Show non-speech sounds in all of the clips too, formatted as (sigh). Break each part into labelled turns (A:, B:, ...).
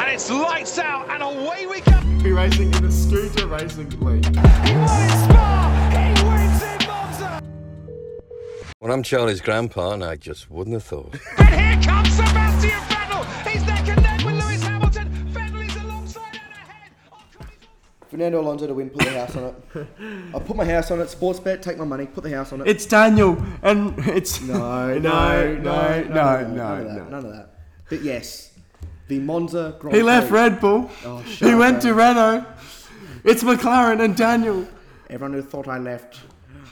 A: And it's lights out and away we go.
B: Be racing in the scooter racing league.
A: He wins Spa. He wins in Monza.
C: When I'm Charlie's grandpa, and I just wouldn't have thought.
A: And here comes Sebastian Vettel. He's neck and neck with Lewis Hamilton. Vettel is alongside and ahead. Oh, Christ.
D: Fernando Alonso to win, put the house on
E: (laughs)
D: it. I'll put my house on it. Sports bet, take my money, put the house on it.
E: It's Daniel, and it's
D: (laughs) no,
E: (laughs) no, no, no,
D: none of
E: no,
D: that,
E: no.
D: none of that. But yes, the Monza Grand
E: He left
D: Prix.
E: Red Bull.
D: Oh, shut
E: He
D: up,
E: went to Renault. It's McLaren and Daniel.
D: Everyone who thought I left,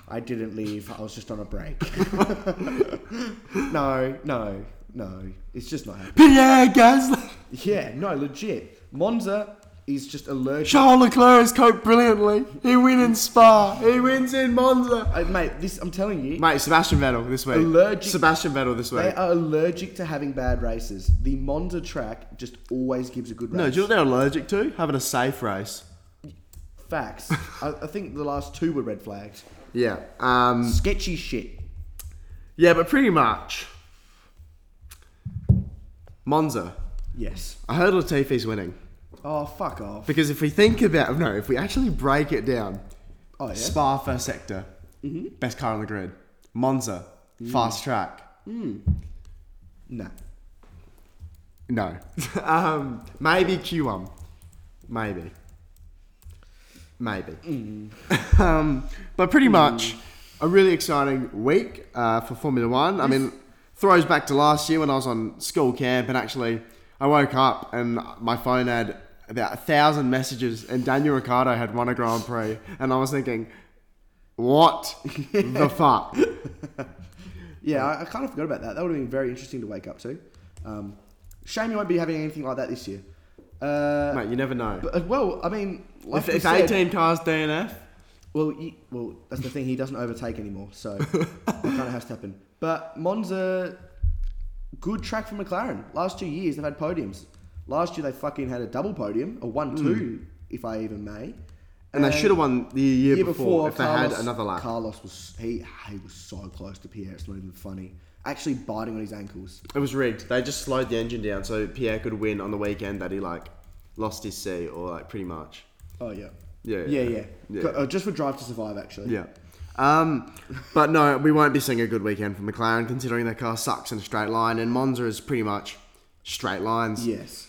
D: I didn't leave. I was just on
E: (laughs)
D: a break. (laughs) no, no, no. It's just not happening.
E: Pierre Gasly. (laughs)
D: Yeah, no, legit. Monza is just allergic.
E: Charles Leclerc has coped brilliantly. He wins in Spa. He wins in Monza.
D: Uh, mate, this I'm telling you,
E: Mate, Sebastian Vettel this week.
D: Allergic-
E: Sebastian Vettel this
D: they
E: week.
D: are allergic to having bad races. The Monza track just always gives a good race.
E: No, do you know what they're allergic to? Having a safe race.
D: Facts. I, I think the last two were red flags.
E: Yeah. Um,
D: Sketchy shit.
E: yeah, but pretty much. Monza.
D: Yes.
E: I heard Latifi's winning.
D: Oh, fuck off.
E: Because if we think about, no, if we actually break it down,
D: Oh, yeah. Mm-hmm.
E: Spa first sector, best car on the grid. Monza,
D: Mm.
E: fast track.
D: Nah.
E: No. (laughs) um, maybe Q1. Maybe. Maybe. (laughs) um, but pretty much a really exciting week uh, for Formula One. I mean, throws back to last year when I was on school camp, and actually, I woke up and my phone had about a thousand messages, and Daniel Ricciardo had won a Grand Prix, and I was thinking, what (laughs) the fuck?
D: Yeah, I, I kind of forgot about that. That would have been very interesting to wake up to. Um, shame you won't be having anything like that this year. Uh,
E: Mate, you never know.
D: but, uh, well, I mean, like
E: if
D: we
E: if
D: said-
E: 18 cars DNF,
D: Well, you, well, that's the thing. He doesn't overtake anymore, so
E: (laughs)
D: it kind of has to happen. But Monza, good track for McLaren. Last two years they've had podiums. Last year they fucking had a double podium, a
E: Hmm.
D: one-two, if I even may.
E: and they should have won the year,
D: year
E: before, if they
D: Carlos-
E: had another lap.
D: Carlos was he he was so close to Pierre. It's not even funny. Actually, biting on his ankles.
E: It was rigged. They just slowed the engine down so Pierre could win on the weekend that he like lost his seat or like pretty much.
D: Oh yeah.
E: Yeah, yeah,
D: Yeah, yeah.
E: yeah.
D: Go- uh, just for Drive to Survive, actually.
E: Yeah. Um, but no, we won't be seeing a good weekend for McLaren considering their car sucks in a straight line and Monza is pretty much straight lines.
D: Yes.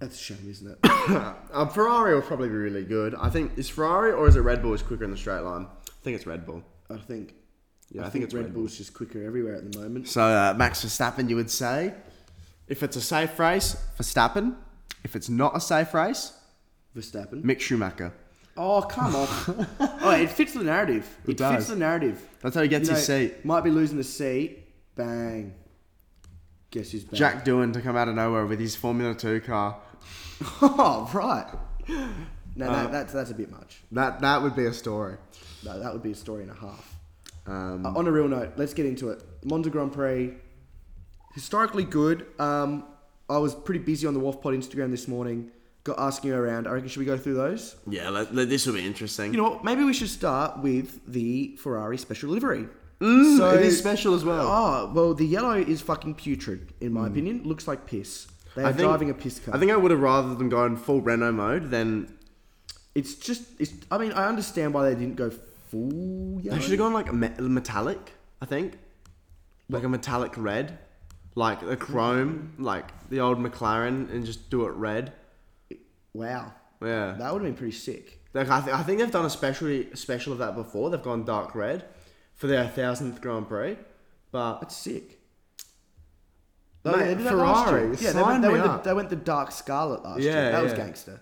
D: That's a shame, isn't it?
E: Um, Ferrari will probably be really good. I think is Ferrari or is it Red Bull is quicker in the straight line? I think it's Red Bull.
D: I think.
E: Yeah, I
D: I, think,
E: think it's
D: Red,
E: Red Bull.
D: Bull's just quicker everywhere at the moment.
E: So uh, Max Verstappen, you would say, if it's a safe race, Verstappen. If it's not a safe race,
D: Verstappen.
E: Mick Schumacher.
D: Oh come on! (laughs) oh, it fits the narrative. It, fits
E: does.
D: the narrative.
E: That's how he gets
D: You
E: his
D: know,
E: seat.
D: Might be losing the seat. Bang. Guess who's back?
E: Jack Doohan to come out of nowhere with his Formula Two car.
D: (laughs) oh right. (laughs) No, no, that's that's a bit much.
E: That that would be a story.
D: No, that would be a story and a half.
E: Um,
D: Uh, on a real note, let's get into it. Monza Grand Prix, historically good. Um, I was pretty busy on the Wolf Pod Instagram this morning. Got asking around. I reckon should we go through those?
E: Yeah, let, let- this would be interesting.
D: You know what? Maybe we should start with the Ferrari special livery. so
E: Mm, it is special as well.
D: Oh well, the yellow is fucking putrid, in my opinion. Looks like piss. They are driving a piss car.
E: I think I would have rather them go in full Renault mode than
D: it's just. It's. I mean, I understand why they didn't go full yellow.
E: they should have gone like a me- metallic. I think like a metallic red, like a chrome, like the old McLaren, and just do it red.
D: Wow.
E: Yeah,
D: That would have been pretty sick.
E: like I, th- I think they've done a special special of that before. They've gone dark red for their thousandth Grand Prix, but
D: That's sick.
E: Mate,
D: they did that last
E: Ferrari,
D: year. Yeah, they
E: sign
D: went, they,
E: me
D: went the,
E: up.
D: they went the dark scarlet last year.
E: Yeah,
D: That was
E: yeah. Hmm.
D: gangster.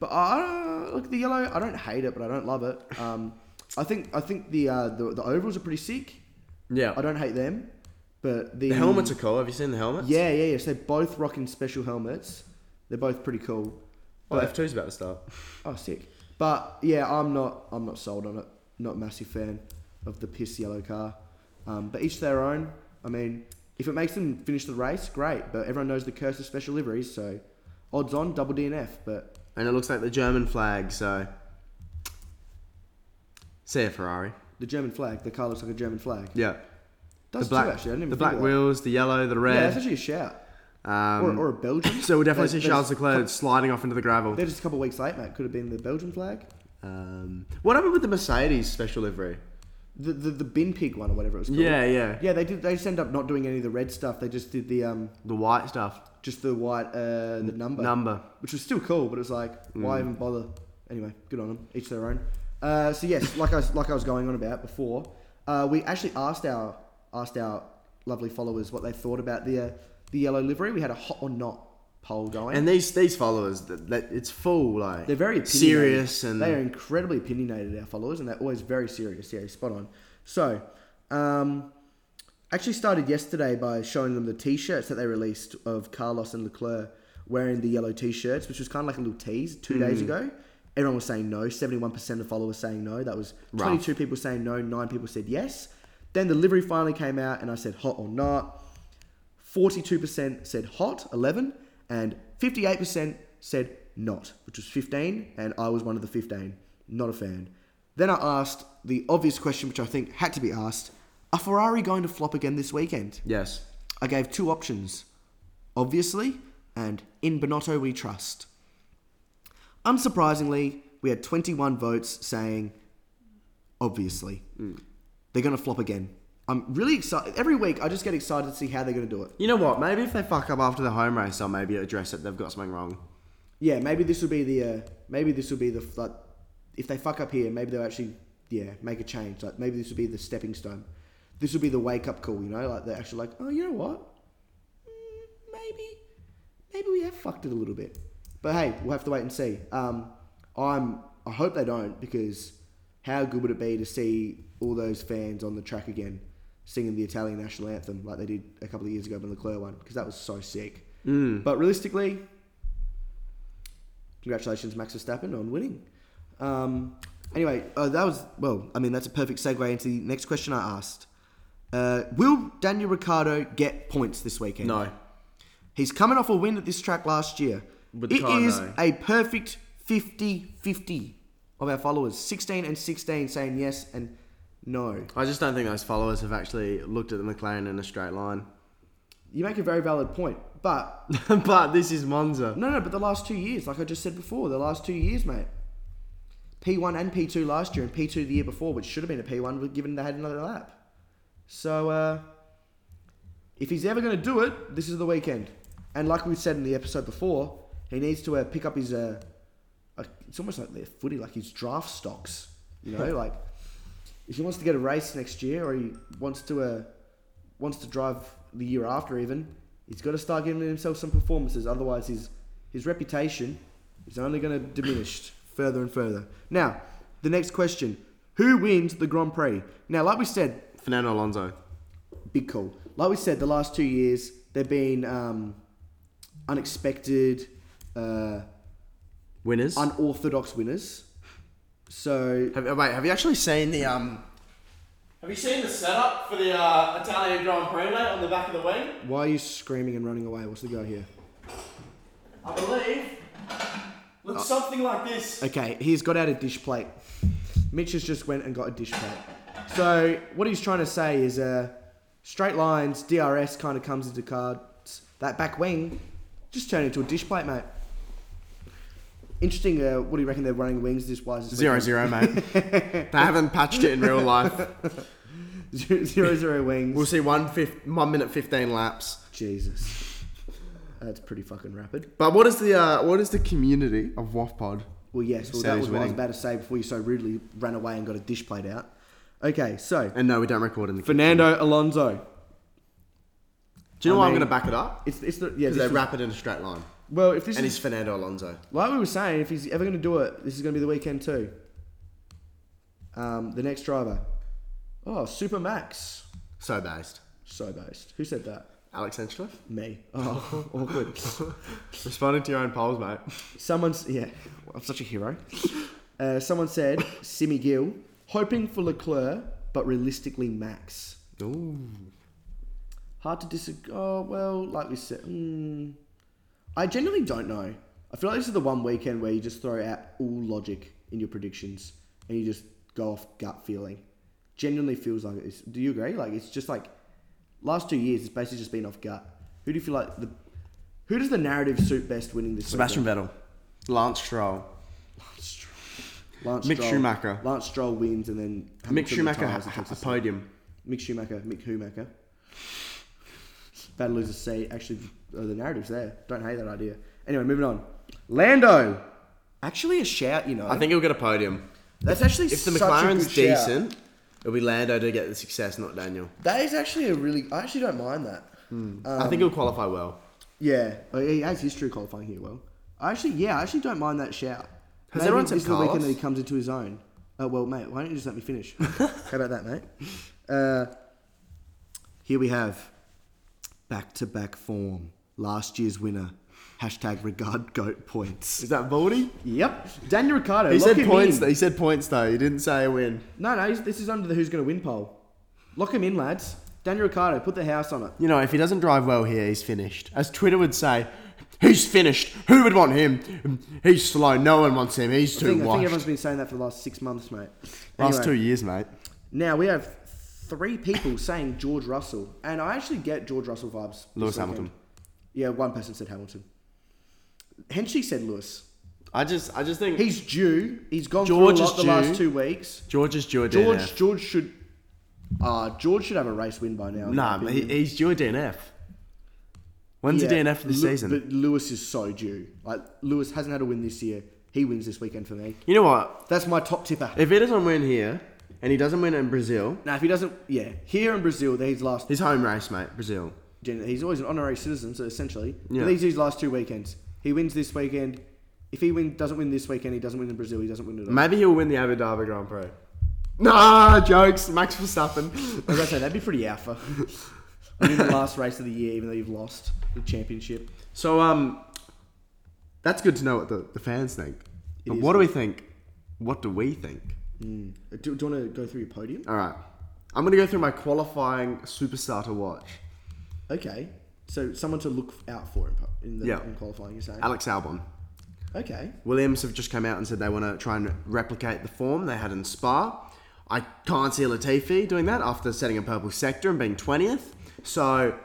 D: But I look the yellow. I don't hate it, but I don't love it. Um, I think I think the uh, the, the overalls are pretty sick.
E: yeah,
D: I don't hate them, but the,
E: The helmets are cool. Have you seen the helmets?
D: Yeah, yeah, yeah. So they're both rocking special helmets. They're both pretty cool.
E: Oh,
D: But-
E: F2's about to start.
D: Oh, sick. But yeah, I'm not. I'm not sold on it. Not a massive fan of the piss yellow car. Um, but each their own. I mean, if it makes them finish the race, great. But everyone knows the curse of special liveries, so odds on double DNF. But
E: And it looks like the German flag, so. See a Ferrari.
D: the German flag, the car looks like a German flag.
E: Yeah.
D: Does
E: the black,
D: too, actually. I didn't even
E: the
D: think
E: black
D: of that.
E: wheels, the yellow, the
D: Yeah, that's
E: red.
D: actually a shout.
E: Um,
D: or, or a
E: (laughs)
D: Belgian.
E: so we'll definitely
D: They-
E: see
D: they
E: Charles
D: just- (laughs)
E: Leclerc sliding off into the gravel.
D: They're just a couple weeks late, mate. Could have been the Belgian flag,
E: Um, what happened with the Mercedes special livery?
D: the the, the bin pig one or whatever it was called.
E: Yeah, yeah,
D: yeah. They did. They just end up not doing any of the red stuff. They just did the um,
E: The white stuff.
D: just the white uh, the number
E: number. Mm.
D: which was still cool, but it was like why even bother? Anyway, good on them. Each their own. Uh, so yes, like I was- like I was going on about before, uh, we actually asked our asked our lovely followers what they thought about the uh, the yellow livery. We had a hot or not poll going.
E: And these these followers, that, that it's full like
D: They're very opinionated.
E: serious and
D: they are incredibly opinionated. Our followers, and they're always very serious. Yeah, spot on. So, um, actually started yesterday by showing them the T-shirts that they released of Carlos and Leclerc wearing the yellow T-shirts, which was kind of like a little tease two days
E: Mm.
D: ago. Everyone was saying no. Seventy-one percent of followers saying no. That was
E: Rough.
D: twenty-two people saying no. Nine people said yes. Then the livery finally came out, and I said hot or not. 42% said hot, 11, and 58% said not, which was 15, and I was one of the 15. Not a fan. Then I asked the obvious question, which I think had to be asked Are Ferrari going to flop again this weekend?
E: yes.
D: I gave two options obviously and in Bonotto we trust. Unsurprisingly, we had 21 votes saying obviously. They're going to flop again. I'm really excited. Every week I just get excited to see how they're going to do it.
E: You know what? Maybe if they fuck up after the home race, I'll maybe address it. They've got something wrong.
D: Yeah, maybe this will be the uh, maybe this will be the like if they fuck up here, maybe they'll actually yeah make a change. Like maybe this will be the stepping stone. This will be the wake up call. You know, like they're actually like, oh, you know what? Mm, maybe maybe we have fucked it a little bit. But hey, we'll have to wait and see. Um, I'm I hope they don't because how good would it be to see all those fans on the track again singing the Italian national anthem like they did a couple of years ago when Leclerc won because that was so sick. But realistically, congratulations Max Verstappen on winning. Um, anyway, uh, that was well. I mean, that's a perfect segue into the next question I asked. Uh, will Daniel Ricciardo get points this weekend?
E: No.
D: He's coming off a win at this track last year.
E: With the
D: It
E: car,
D: is
E: no.
D: a perfect 50-50 of our followers. 16 and 16 saying yes and no.
E: I just don't think those followers have actually looked at the McLaren in a straight line. (laughs)
D: You make a very valid point, but
E: but this is Monza.
D: no, no, but the last two years, like I just said before, the last two years, mate. P1 and P2 last year and P2 the year before, which should have been a P1 given they had another lap. So, uh, if he's ever going to do it, this is the weekend. And like we said in the episode before, he needs to uh, pick up his. Uh, uh, it's almost like their footy, like his draft stocks. You know, like if he wants to get a race next year, or he wants to uh, wants to drive the year after, even he's got to start giving himself some performances. Otherwise, his his reputation is only going to diminish further and further. Now, the next question: Who wins the Grand Prix? Now, like we said,
E: Fernando Alonso.
D: big call. Like we said, the last two years they've been um, unexpected, uh,
E: Winners.
D: unorthodox winners. So
E: have, oh, wait, have you actually seen the um?
F: Have you seen the setup for the uh, Italian Grand Prix, mate, on the back of the wing?
D: why are you screaming and running away? What's the go here?
F: I believe looks something like this.
D: Okay, he's got out a dish plate. Mitch has just went and got a dish plate. So what he's trying to say is, uh, straight lines, DRS kind of comes into cards. That back wing just turned into a dish plate, mate. Interesting. Uh, what do you reckon they're running wings this wise? this
E: Zero
D: weekend?
E: zero, (laughs) mate. they haven't patched it in real life.
D: zero (laughs) zero
E: (laughs)
D: zero wings.
E: We'll see one, fif- one minute fifteen laps.
D: Jesus, that's pretty fucking rapid.
E: But what is the uh, what is the community of WAFPod?
D: Well, yes, well,
E: Sally's
D: that was what I was
E: winning.
D: about to say before you so rudely ran away and got a dish plate out. Okay, so
E: And no, we don't record in the.
D: Fernando Alonso.
E: Do you know
D: I
E: why I'm
D: mean-
E: going to back it up?
D: It's it's the yeah.
E: Because
D: This
E: they
D: was,
E: wrap it in a straight line,
D: well, if this
E: and
D: is
E: it's Fernando Alonso.
D: like we were saying, if he's ever going to do it, this is going to be the weekend too. Um, the next driver, oh, Super Max,
E: So based.
D: so based. Who said that?
E: Alex Enchcliffe.
D: Me. Oh, (laughs) awkward.
E: (laughs) Responding to your own polls, mate.
D: Someone's yeah, I'm such a hero. Uh, someone said Simi Gill, hoping for Leclerc, but realistically Max.
E: Ooh.
D: Hard to disagree. Oh well, like we said, mm, I genuinely don't know. I feel like this is the one weekend where you just throw out all logic in your predictions and you just go off gut feeling. Genuinely feels like it's. Do you agree? Like it's just like last two years, it's basically just been off gut. Who do you feel like the Who does the narrative suit best winning this
E: Sebastian Vettel, Lance Stroll,
D: weekend? Lance
E: Mick
D: Stroll-
E: Schumacher.
D: Lance Stroll wins and then
E: Mick
D: Hamilton
E: Schumacher,
D: retires
E: ha-
D: and takes
E: a
D: the second.
E: podium.
D: Mick Schumacher, Mick Schumacher. Battle losers say actually uh, the narrative's there. Don't hate that idea. Anyway, moving on. Lando, actually a shout, you know.
E: I think he'll get a podium.
D: that's actually
E: If the
D: such a
E: McLaren's
D: good shout.
E: decent, it'll be Lando to get the success, not Daniel.
D: That is actually a really. I actually don't mind that.
E: I
D: Um,
E: think he'll qualify well.
D: Yeah, oh, he has history qualifying here. Well, I actually, yeah, I actually don't mind that shout.
E: Has everyone said
D: this is the weekend
E: Carlos?
D: that he comes into his own. Uh, well, mate, why don't you just let
E: (laughs)
D: me finish? How about that, mate? Uh, here we have back-to-back form. Last year's winner. Hashtag regard goat points.
E: Is that Baldy?
D: Yep, Daniel Ricciardo.
E: He
D: lock
E: said
D: him
E: points.
D: in.
E: Though. He said points though. He didn't say a win.
D: No, no, he's, this is under the who's going to win poll. Lock him in, lads. Daniel Ricciardo, put the house on it.
E: You know, if he doesn't drive well here, he's finished. As Twitter would say, he's finished. Who would want him? He's slow. No one wants him. He's
D: I
E: too
D: think, I think
E: washed.
D: everyone's been saying that for the last six months, mate.
E: Last
D: Anyway.
E: two years, mate.
D: Now we have three people saying George Russell, and I actually get George Russell vibes. this
E: Lewis
D: weekend.
E: Hamilton.
D: Yeah, one person said Hamilton. Henchy said Lewis.
E: I just, I just think
D: He's due. He's gone
E: George
D: through a
E: is
D: lot the
E: due.
D: last two weeks.
E: George is George.
D: George,
E: DNF.
D: George should. Uh, George should have a race win by now. in my
E: Nah, but he,
D: opinion.
E: he's your DNF. When's
D: Yeah,
E: the DNF for this
D: Lew-
E: season?
D: But Lewis is so due. Like Lewis hasn't had a win this year. He wins this weekend for me.
E: you know what?
D: That's my top tipper.
E: If he doesn't win here, and he doesn't win in Brazil,
D: now, if he doesn't, yeah, here in Brazil, they're his last
E: his home race, mate, Brazil.
D: Gen- he's always an honorary citizen, so essentially.
E: Yeah.
D: But these are his last two weekends. He wins this weekend. If he win, doesn't win this weekend, he doesn't win in Brazil. He doesn't win at all.
E: Maybe he'll win the Abu Dhabi Grand Prix. Nah, jokes. Max Verstappen.
D: I was gonna say that'd be
E: (laughs)
D: pretty alpha. Win the last race of the year, even though you've lost the championship.
E: So um, that's good to know what the, the fans think. But
D: is
E: what do we think? What do we think?
D: Uh, Do, do you want to go through your podium?
E: All right, I'm gonna go through my qualifying superstar to watch.
D: Okay, so someone to look out for in, pu- in the
E: Yeah.
D: in qualifying. You're saying?
E: Alex Albon.
D: Okay,
E: Williams have just come out and said they want to try and replicate the form they had in Spa. I can't see Latifi doing that after setting a purple sector and being 20th. So,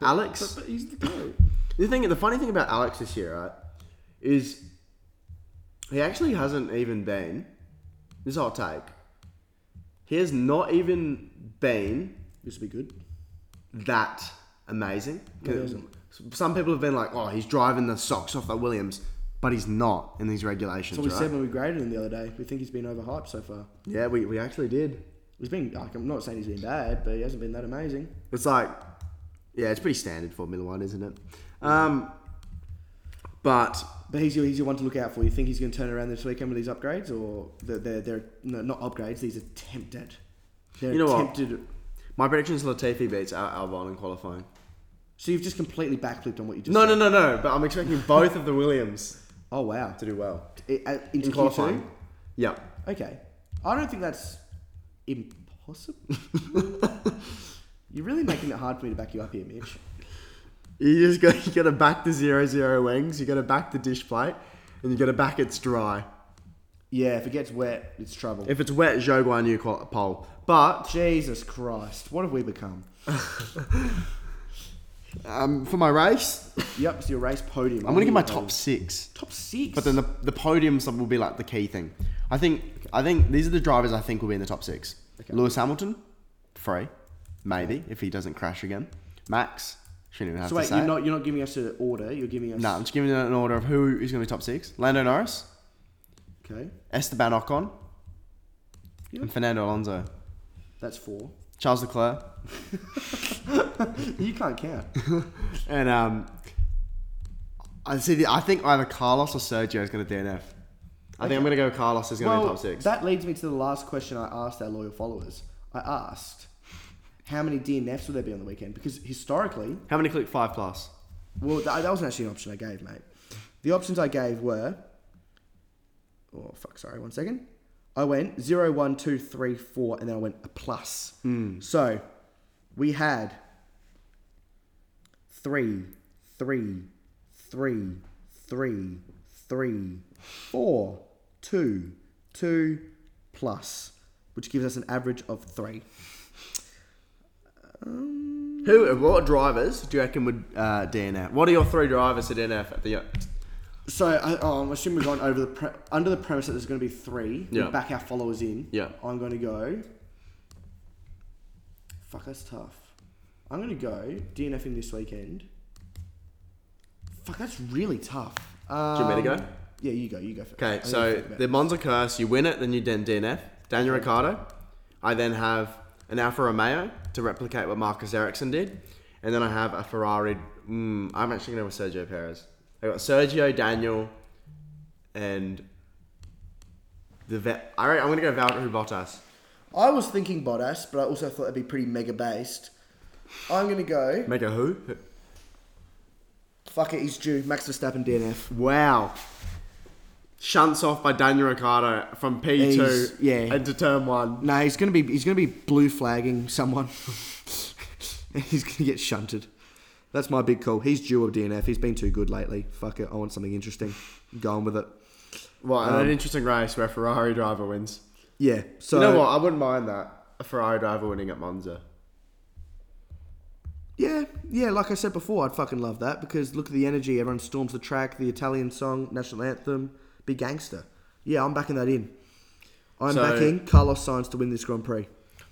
E: Alex.
D: but, but he's the goat.
E: The thing, the funny thing about Alex this year, right, is he actually hasn't even been. This will take. He has not even been
D: This would be good.
E: that amazing.
D: No, he hasn't.
E: Some people have been like, "Oh, he's driving the socks off the Williams," but he's not in these regulations.
D: So we
E: right?
D: said when we graded him the other day, we think he's been overhyped so far.
E: yeah, we, we actually did.
D: He's been like I'm not saying he's been bad, but he hasn't been that amazing.
E: It's like, yeah, it's pretty standard Formula One, isn't it? Um, but
D: But he's your, he's your one to look out for. You think he's going to turn around this weekend with these upgrades, or they're they're, they're no, not upgrades. These attempted. They're
E: You know what?
D: attempted.
E: my prediction is Latifi beats Al- Albon in qualifying.
D: So you've just completely backflipped on what you just.
E: No,
D: said.
E: no, no, no. But I'm expecting both of the Williams
D: Oh wow.
E: to do well
D: It- uh,
E: in
D: into
E: qualifying.
D: Q2?
E: Yeah.
D: Okay. I don't think that's
E: (laughs)
D: impossible. You're really making it hard for me to back you up here, Mitch.
E: You just got you got to back the zero zero wings. You got to back the dish plate, and you got to back it's dry.
D: Yeah, if it gets wet, it's trouble.
E: If it's wet, Zhou Guanyu qual- pole. But
D: Jesus Christ, what have we become?
E: um, for my race,
D: Yep, it's your race podium.
E: I'm gonna
D: I
E: get my
D: knew
E: top
D: that.
E: six.
D: top six.
E: But then the the podium stuff will be like the key thing. I think I think these are the drivers I think will be in the top six. Lewis Hamilton, free, maybe if he doesn't crash again. Max, shouldn't even have
D: so
E: to
D: wait,
E: say.
D: you're not you're not giving us an order. You're giving us
E: No, I'm just giving you an order of who is going to be top six. Lando Norris,
D: Okay,
E: Esteban Ocon,
D: Yeah.
E: and Fernando Alonso.
D: that's four.
E: Charles Leclerc,
D: You can't count.
E: and um, I see. The, I think either Carlos or Sergio is going to DNF. I think I'm going to go. Carlos is going to be top six.
D: that leads me to the last question I asked our loyal followers. I asked, how many DNFs will there be on the weekend? Because historically,
E: How many click five plus?
D: well, that, that wasn't actually an option I gave, mate. The options I gave were, oh fuck, sorry, one second. I went zero, one, two, three, four, and then I went a plus. So we had three, three, three, three, three, four, two, two, plus, which gives us an average of three. Um,
E: Who? What drivers do you reckon would uh, DNF? What are your three drivers at DNF at the?
D: So I, oh, I'm assuming we're going over the pre- under the premise that there's going to be three. We
E: Yeah.
D: Back our followers in.
E: Yeah.
D: I'm going to go. Fuck, that's tough. I'm going to go DNF in this weekend. Fuck, that's really tough. Um,
E: want me to go?
D: Yeah, you go. You go. first. I
E: Okay,
D: need to
E: so
D: think about
E: the
D: it.
E: Monza Curse, you win it, then you then DNF. Daniel Ricciardo. I then have an Alfa Romeo to replicate what Marcus Ericsson did, and then I have a Ferrari. Mm, I'm actually going to go with Sergio Perez. I got Sergio, Daniel, and the vet. All right, I'm going to go Valtteri Bottas.
D: I was thinking Bottas, but I also thought it'd be pretty mega based. I'm going to go.
E: Mega who?
D: Fuck it, he's due. Max Verstappen DNF.
E: Wow. Shunts off by Daniel Ricciardo from P2
D: He's- yeah.
E: into turn one.
D: No, he's gonna be he's gonna be blue flagging someone. (laughs) he's gonna get shunted. That's my big call. He's due a DNF. He's been too good lately. Fuck it. I want something interesting. I'm going with it.
E: Well, and
D: Um,
E: an interesting race where a Ferrari driver wins.
D: Yeah. So
E: you know what? I wouldn't mind that. A Ferrari driver winning at Monza.
D: yeah, yeah. Like I said before, I'd fucking love that because look at the energy. Everyone storms the track. The Italian song, national anthem, big gangster. Yeah, I'm backing that in. I'm
E: So-
D: backing Carlos Sainz to win this Grand Prix.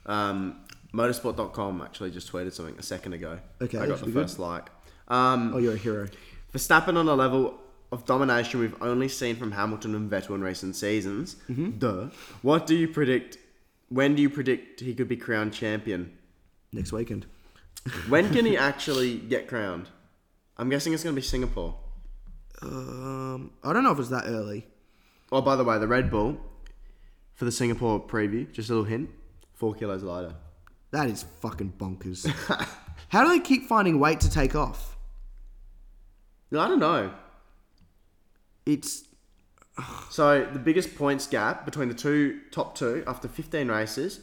E: Um, motorsport.com actually just tweeted something a second ago.
D: Okay,
E: I got
D: should
E: the
D: be good.
E: first like. Um,
D: Oh, you're a hero.
E: Verstappen on a level of domination we've only seen from Hamilton and Vettel in recent seasons.
D: Mm-hmm.
E: Duh. What do you predict? When do you predict he could be crowned champion?
D: Next weekend.
E: When can
D: (laughs)
E: he actually get crowned? I'm guessing it's going to be Singapore.
D: Um, I don't know if it's that early.
E: Oh, by the way, the Red Bull for the Singapore preview, just a little hint, four kilos lighter.
D: That is fucking bonkers. How do they keep finding weight to take off?
E: No, I don't know.
D: It's
E: So the biggest points gap between the two top two after 15 races,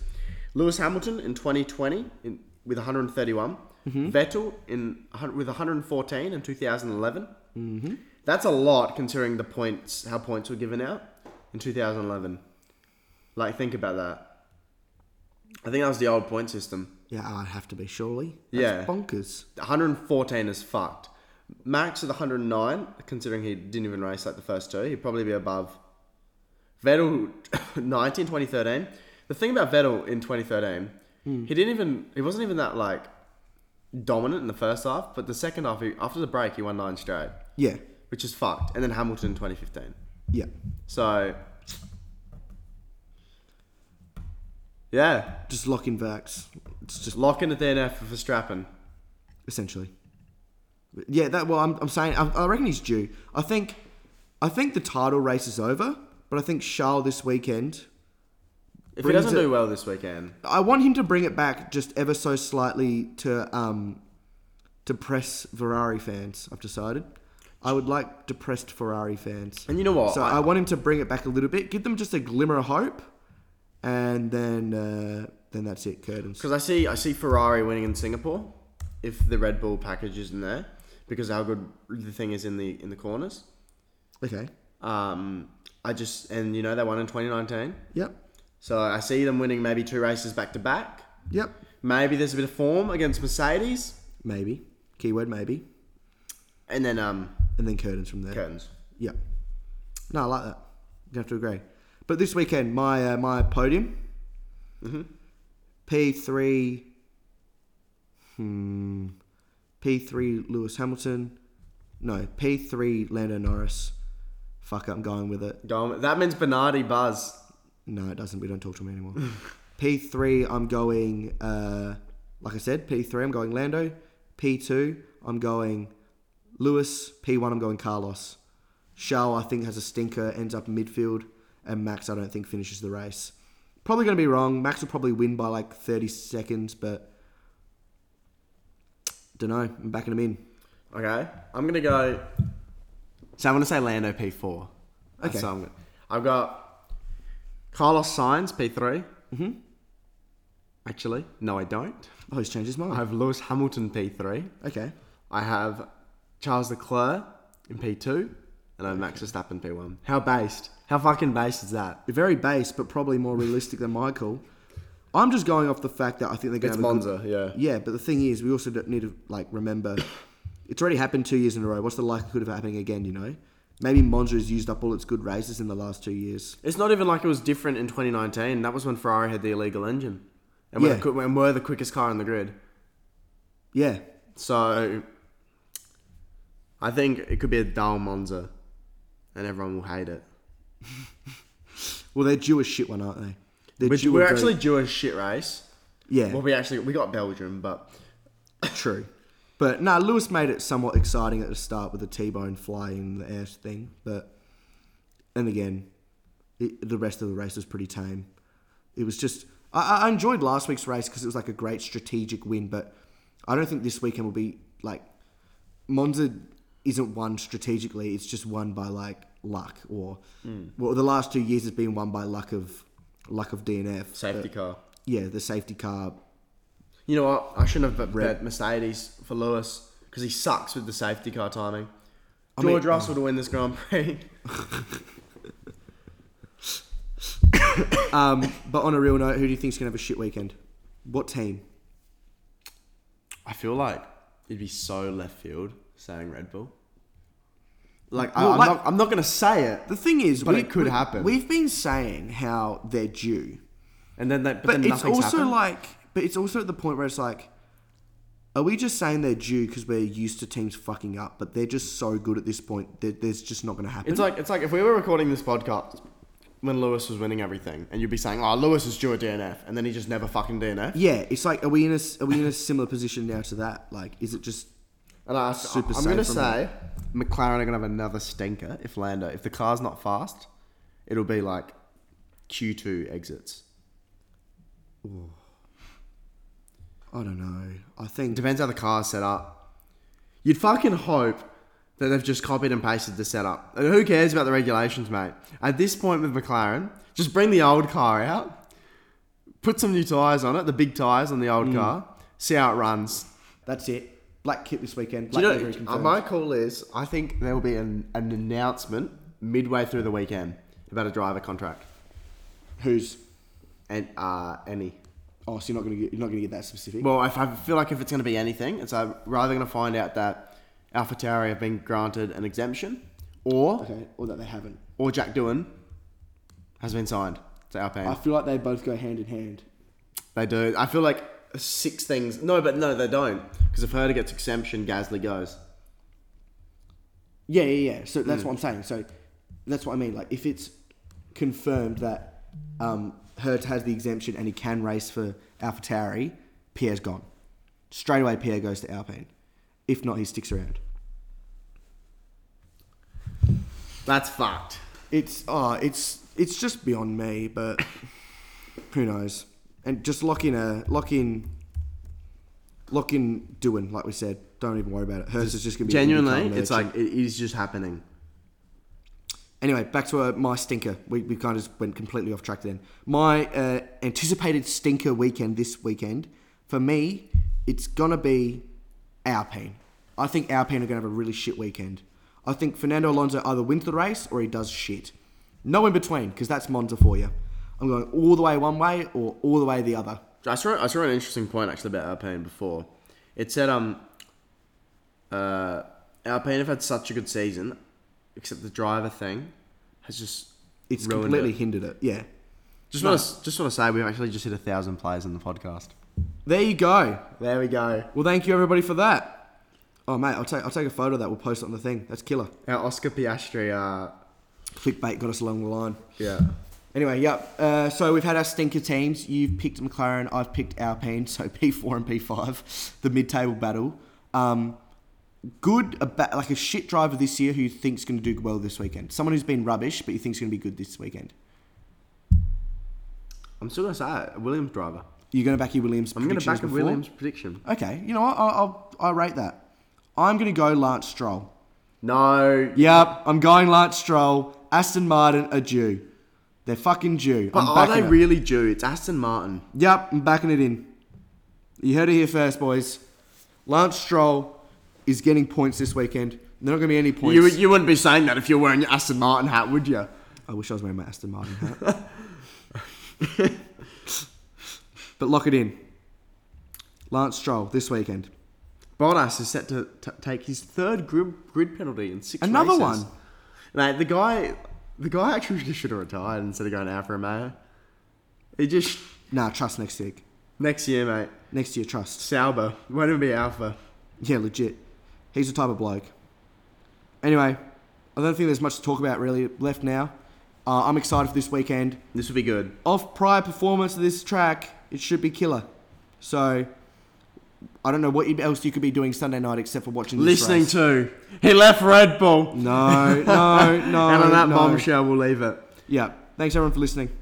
E: Lewis Hamilton in 2020 in, with 131, Vettel in a hun- with 114 in 2011. Mm-hmm. That's a lot considering the points how points were given out in 2011. Like think about that. I think that was the old point system.
D: yeah, I'd have to be surely.
E: Yeah.
D: bonkers.
E: 114 is fucked. Max at 109, considering he didn't even race like the first two, he'd probably be above. Vettel, (coughs) 90 in 2013. The thing about Vettel in 2013,
D: Hmm.
E: he didn't even, he wasn't even that like dominant in the first half, but the second half, he, after the break, he won nine straight,
D: Yeah,
E: which is fucked. And then Hamilton in 2015.
D: yeah.
E: So, yeah,
D: Just lock in Vax. It's just
E: lock in the DNF for Verstappen.
D: essentially. Yeah, that. Well, I'm, I'm saying I, I reckon he's due. I think, I think the title race is over, but I think Charles this weekend.
E: If he
D: Brings
E: doesn't
D: it-
E: do well this weekend,
D: I want him to bring it back just ever so slightly to um, to press Ferrari fans. I've decided. I would like depressed Ferrari fans.
E: And you know what?
D: So
E: I-
D: I, want him to bring it back a little bit, give them just a glimmer of hope, and then uh, then that's it, curtains.
E: Because I see, I see Ferrari winning in Singapore if the Red Bull package isn't there because how good the thing is in the in the corners.
D: Okay.
E: Um, I just and you know they won in 2019,
D: Yep.
E: so I see them winning maybe two races back to back.
D: Yep.
E: Maybe there's a bit of form against Mercedes,
D: Maybe. Keyword maybe,
E: and then um
D: and then curtains from there.
E: curtains.
D: Yep. No, I like that. You have to agree. But this weekend, my uh, my podium. P three. Hmm. P three Lewis Hamilton. No, P three Lando Norris. Fuck it, I'm going with it.
E: Going, that means Bernardi Buzz.
D: No, it doesn't. We don't talk to him anymore. P three, I'm going. Uh, like I said, P three, I'm going Lando. P two, I'm going Lewis. P one, I'm going Carlos. Charles, I think, has a stinker, ends up in midfield, and Max, I don't think finishes the race. Probably going to be wrong. Max will probably win by like 30 seconds, but don't know. I'm backing him in.
E: Okay, I'm gonna go. So I'm gonna say Lando P4. That's
D: Okay.
E: what I'm gonna- I've got Carlos Sainz P3. Mm-hmm. Actually, no, I don't.
D: Oh, he's changed his
E: (laughs)
D: mind.
E: I have Lewis Hamilton P3.
D: okay.
E: I have Charles Leclerc in P2, and I have Max Verstappen P1. How based? How fucking based is that?
D: Very base, but probably more realistic than my call. I'm just going off the fact that I think they're going
E: It's
D: to have
E: Monza,
D: a good-
E: yeah.
D: Yeah, but the thing is, we also don't need to like remember. It's already happened two years in a row. What's the likelihood of it happening again? You know, maybe Monza has used up all its good races in the last two years.
E: It's not even like it was different in 2019. That was when Ferrari had the illegal engine, and were,
D: Yeah.
E: the, qu- and were the quickest car on the grid.
D: Yeah,
E: So, I think it could be a dull Monza, and everyone will hate it.
D: well, they're due a shit one, aren't they? They're
E: Which
D: due a
E: we're
D: very-
E: actually due a shit race.
D: yeah,
E: Well, we actually we got Belgium, but
D: true. But nah, Lewis made it somewhat exciting at the start with the T-bone fly in the air thing. But and again, it, the rest of the race was pretty tame. It was just I, I enjoyed last week's race because it was like a great strategic win. But I don't think this weekend will be like Monza isn't won strategically. It's just won by like luck or well, the last two years has been won by luck of luck of DNF
E: safety
D: But,
E: car.
D: Yeah, the safety car.
E: You know what? I shouldn't have bet- bet Mercedes for Lewis because he sucks with the safety car timing.
D: mean-
E: George Russell to win this Grand Prix.
D: Um, but on a real note, who do you think's gonna have a shit weekend? What team?
E: I feel like it'd be so left field saying Red Bull. Like, I,
D: Well,
E: I'm,
D: like-
E: not, I'm not gonna say it,
D: The thing is,
E: But it could happen.
D: We've been saying how they're due,
E: and then they, but,
D: but,
E: then
D: it's
E: nothing's
D: also
E: happened.
D: like, but it's also at the point where it's like, are we just saying they're due because we're used to teams fucking up? But they're just so good at this point that there's just not gonna happen.
E: It's like it's like if we were recording this podcast when Lewis was winning everything, and you'd be saying, "Oh, Lewis is due a DNF," and then he just never fucking DNF.
D: yeah, it's like, are we in a s- are we in a similar position now to that? Like, is it just
E: And I,
D: Super
E: I'm gonna
D: safe from
E: say McLaren are gonna have another stinker if Lando if the car's not fast, it'll be like Q two exits.
D: I don't know. I think
E: Depends how the car's set up. You'd fucking hope that they've just copied and pasted the setup. And who cares about the regulations, mate? At this point with McLaren, just bring the old car out, put some new tyres on it, the big tyres on the old car, see how it runs.
D: that's it. Black kit this weekend.
E: Do
D: Black
E: you
D: livery
E: know, uh,
D: confirmed.
E: my call is I think there will be an, an announcement midway through the weekend about a driver contract.
D: Who's?
E: And uh, any.
D: Oh, so you're not gonna get, you're not gonna get that specific.
E: Well, if I feel like if it's going to be anything, it's uh, rather going to find out that AlphaTauri have been granted an exemption, or
D: okay, or that they haven't.
E: or Jack Doohan has been signed to
D: I
E: Alpine.
D: feel like they both go hand in hand.
E: They do. I feel like six things. No, but no, they don't. Because if Herder gets exemption, Gasly goes.
D: Yeah, yeah, yeah. So
E: Mm.
D: that's what I'm saying. So that's what I mean. Like, if it's confirmed that um, Hertz has the exemption and he can race for AlphaTauri, Pierre's gone. Straight away, Pierre goes to Alpine. If not, he sticks around.
E: That's fucked.
D: It's oh, it's it's just beyond me, but (laughs) who knows? And just lock in a lock in, lock in doing like we said. Don't even worry about it. Hertz is just gonna be an IndyCar
E: Genuinely, it's
D: merchant.
E: like it is just happening.
D: Anyway, back to uh, my stinker. We, we kind of just went completely off track then. My uh, anticipated stinker weekend this weekend, for me, it's going to be Alpine. I think Alpine are going to have a really shit weekend. I think Fernando Alonso either wins the race or he does shit. No in between, because that's Monza for you. I'm going all the way one way or all the way the other.
E: I saw I saw an interesting point actually about Alpine before. It said um uh Alpine have had such a good season, except the driver thing has just
D: It's
E: ruined
D: completely
E: it.
D: hindered it. Yeah.
E: Just want to just want to say we've actually just hit a thousand plays on the podcast.
D: There you go.
E: There we go.
D: Well, thank you everybody for that. Oh, mate, I'll take, I'll take a photo of that. We'll post it on the thing. That's killer.
E: Our Oscar Piastri. Uh,
D: Clickbait got us along the line.
E: yeah.
D: Anyway, yep. Uh, so we've had our stinker teams. You've picked McLaren. I've picked Alpine. (laughs) So P4 and P5, the mid-table battle. Um, good, about, like a shit driver this year who you think's going to do well this weekend. Someone who's been rubbish, but you think's going to be good this weekend.
E: I'm still gonna say it. Williams driver.
D: You're going to back your Williams.
E: I'm gonna
D: predictions
E: back a
D: before?
E: Williams prediction.
D: Okay, you know what? I'll, I'll, I'll rate that. I'm going to go Lance Stroll.
E: No.
D: Yep, I'm going Lance Stroll. Aston Martin are due. They're fucking due.
E: But
D: I'm
E: are
D: backing
E: they
D: it.
E: really due? It's Aston Martin.
D: Yep, I'm backing it in. You heard it here first, boys. Lance Stroll is getting points this weekend. There are not going to be any points.
E: You, you wouldn't be saying that if you were wearing your Aston Martin hat, would you?
D: I wish I was wearing my Aston Martin hat. (laughs) But lock it in. Lance Stroll this weekend.
E: Bottas is set to t- take his third grid, grid penalty in six
D: Another
E: races.
D: one.
E: Mate, the guy, the guy actually (laughs) just should have retired instead of going to Alfa Romeo. He just
D: Nah, trust next year.
E: next year, mate.
D: Next year, trust.
E: Sauber won't even be Alpha.
D: Yeah, legit. He's the type of bloke. Anyway, I don't think there's much to talk about really left now. Uh, I'm excited for this weekend.
E: This would be good.
D: off prior performance of this track, it should be killer. So I don't know what else you could be doing Sunday night except for watching this
E: Listening
D: race.
E: to he left Red Bull.
D: No, no, no.
E: (laughs) and on that
D: no.
E: bombshell, we'll leave it.
D: Yeah. Thanks everyone for listening.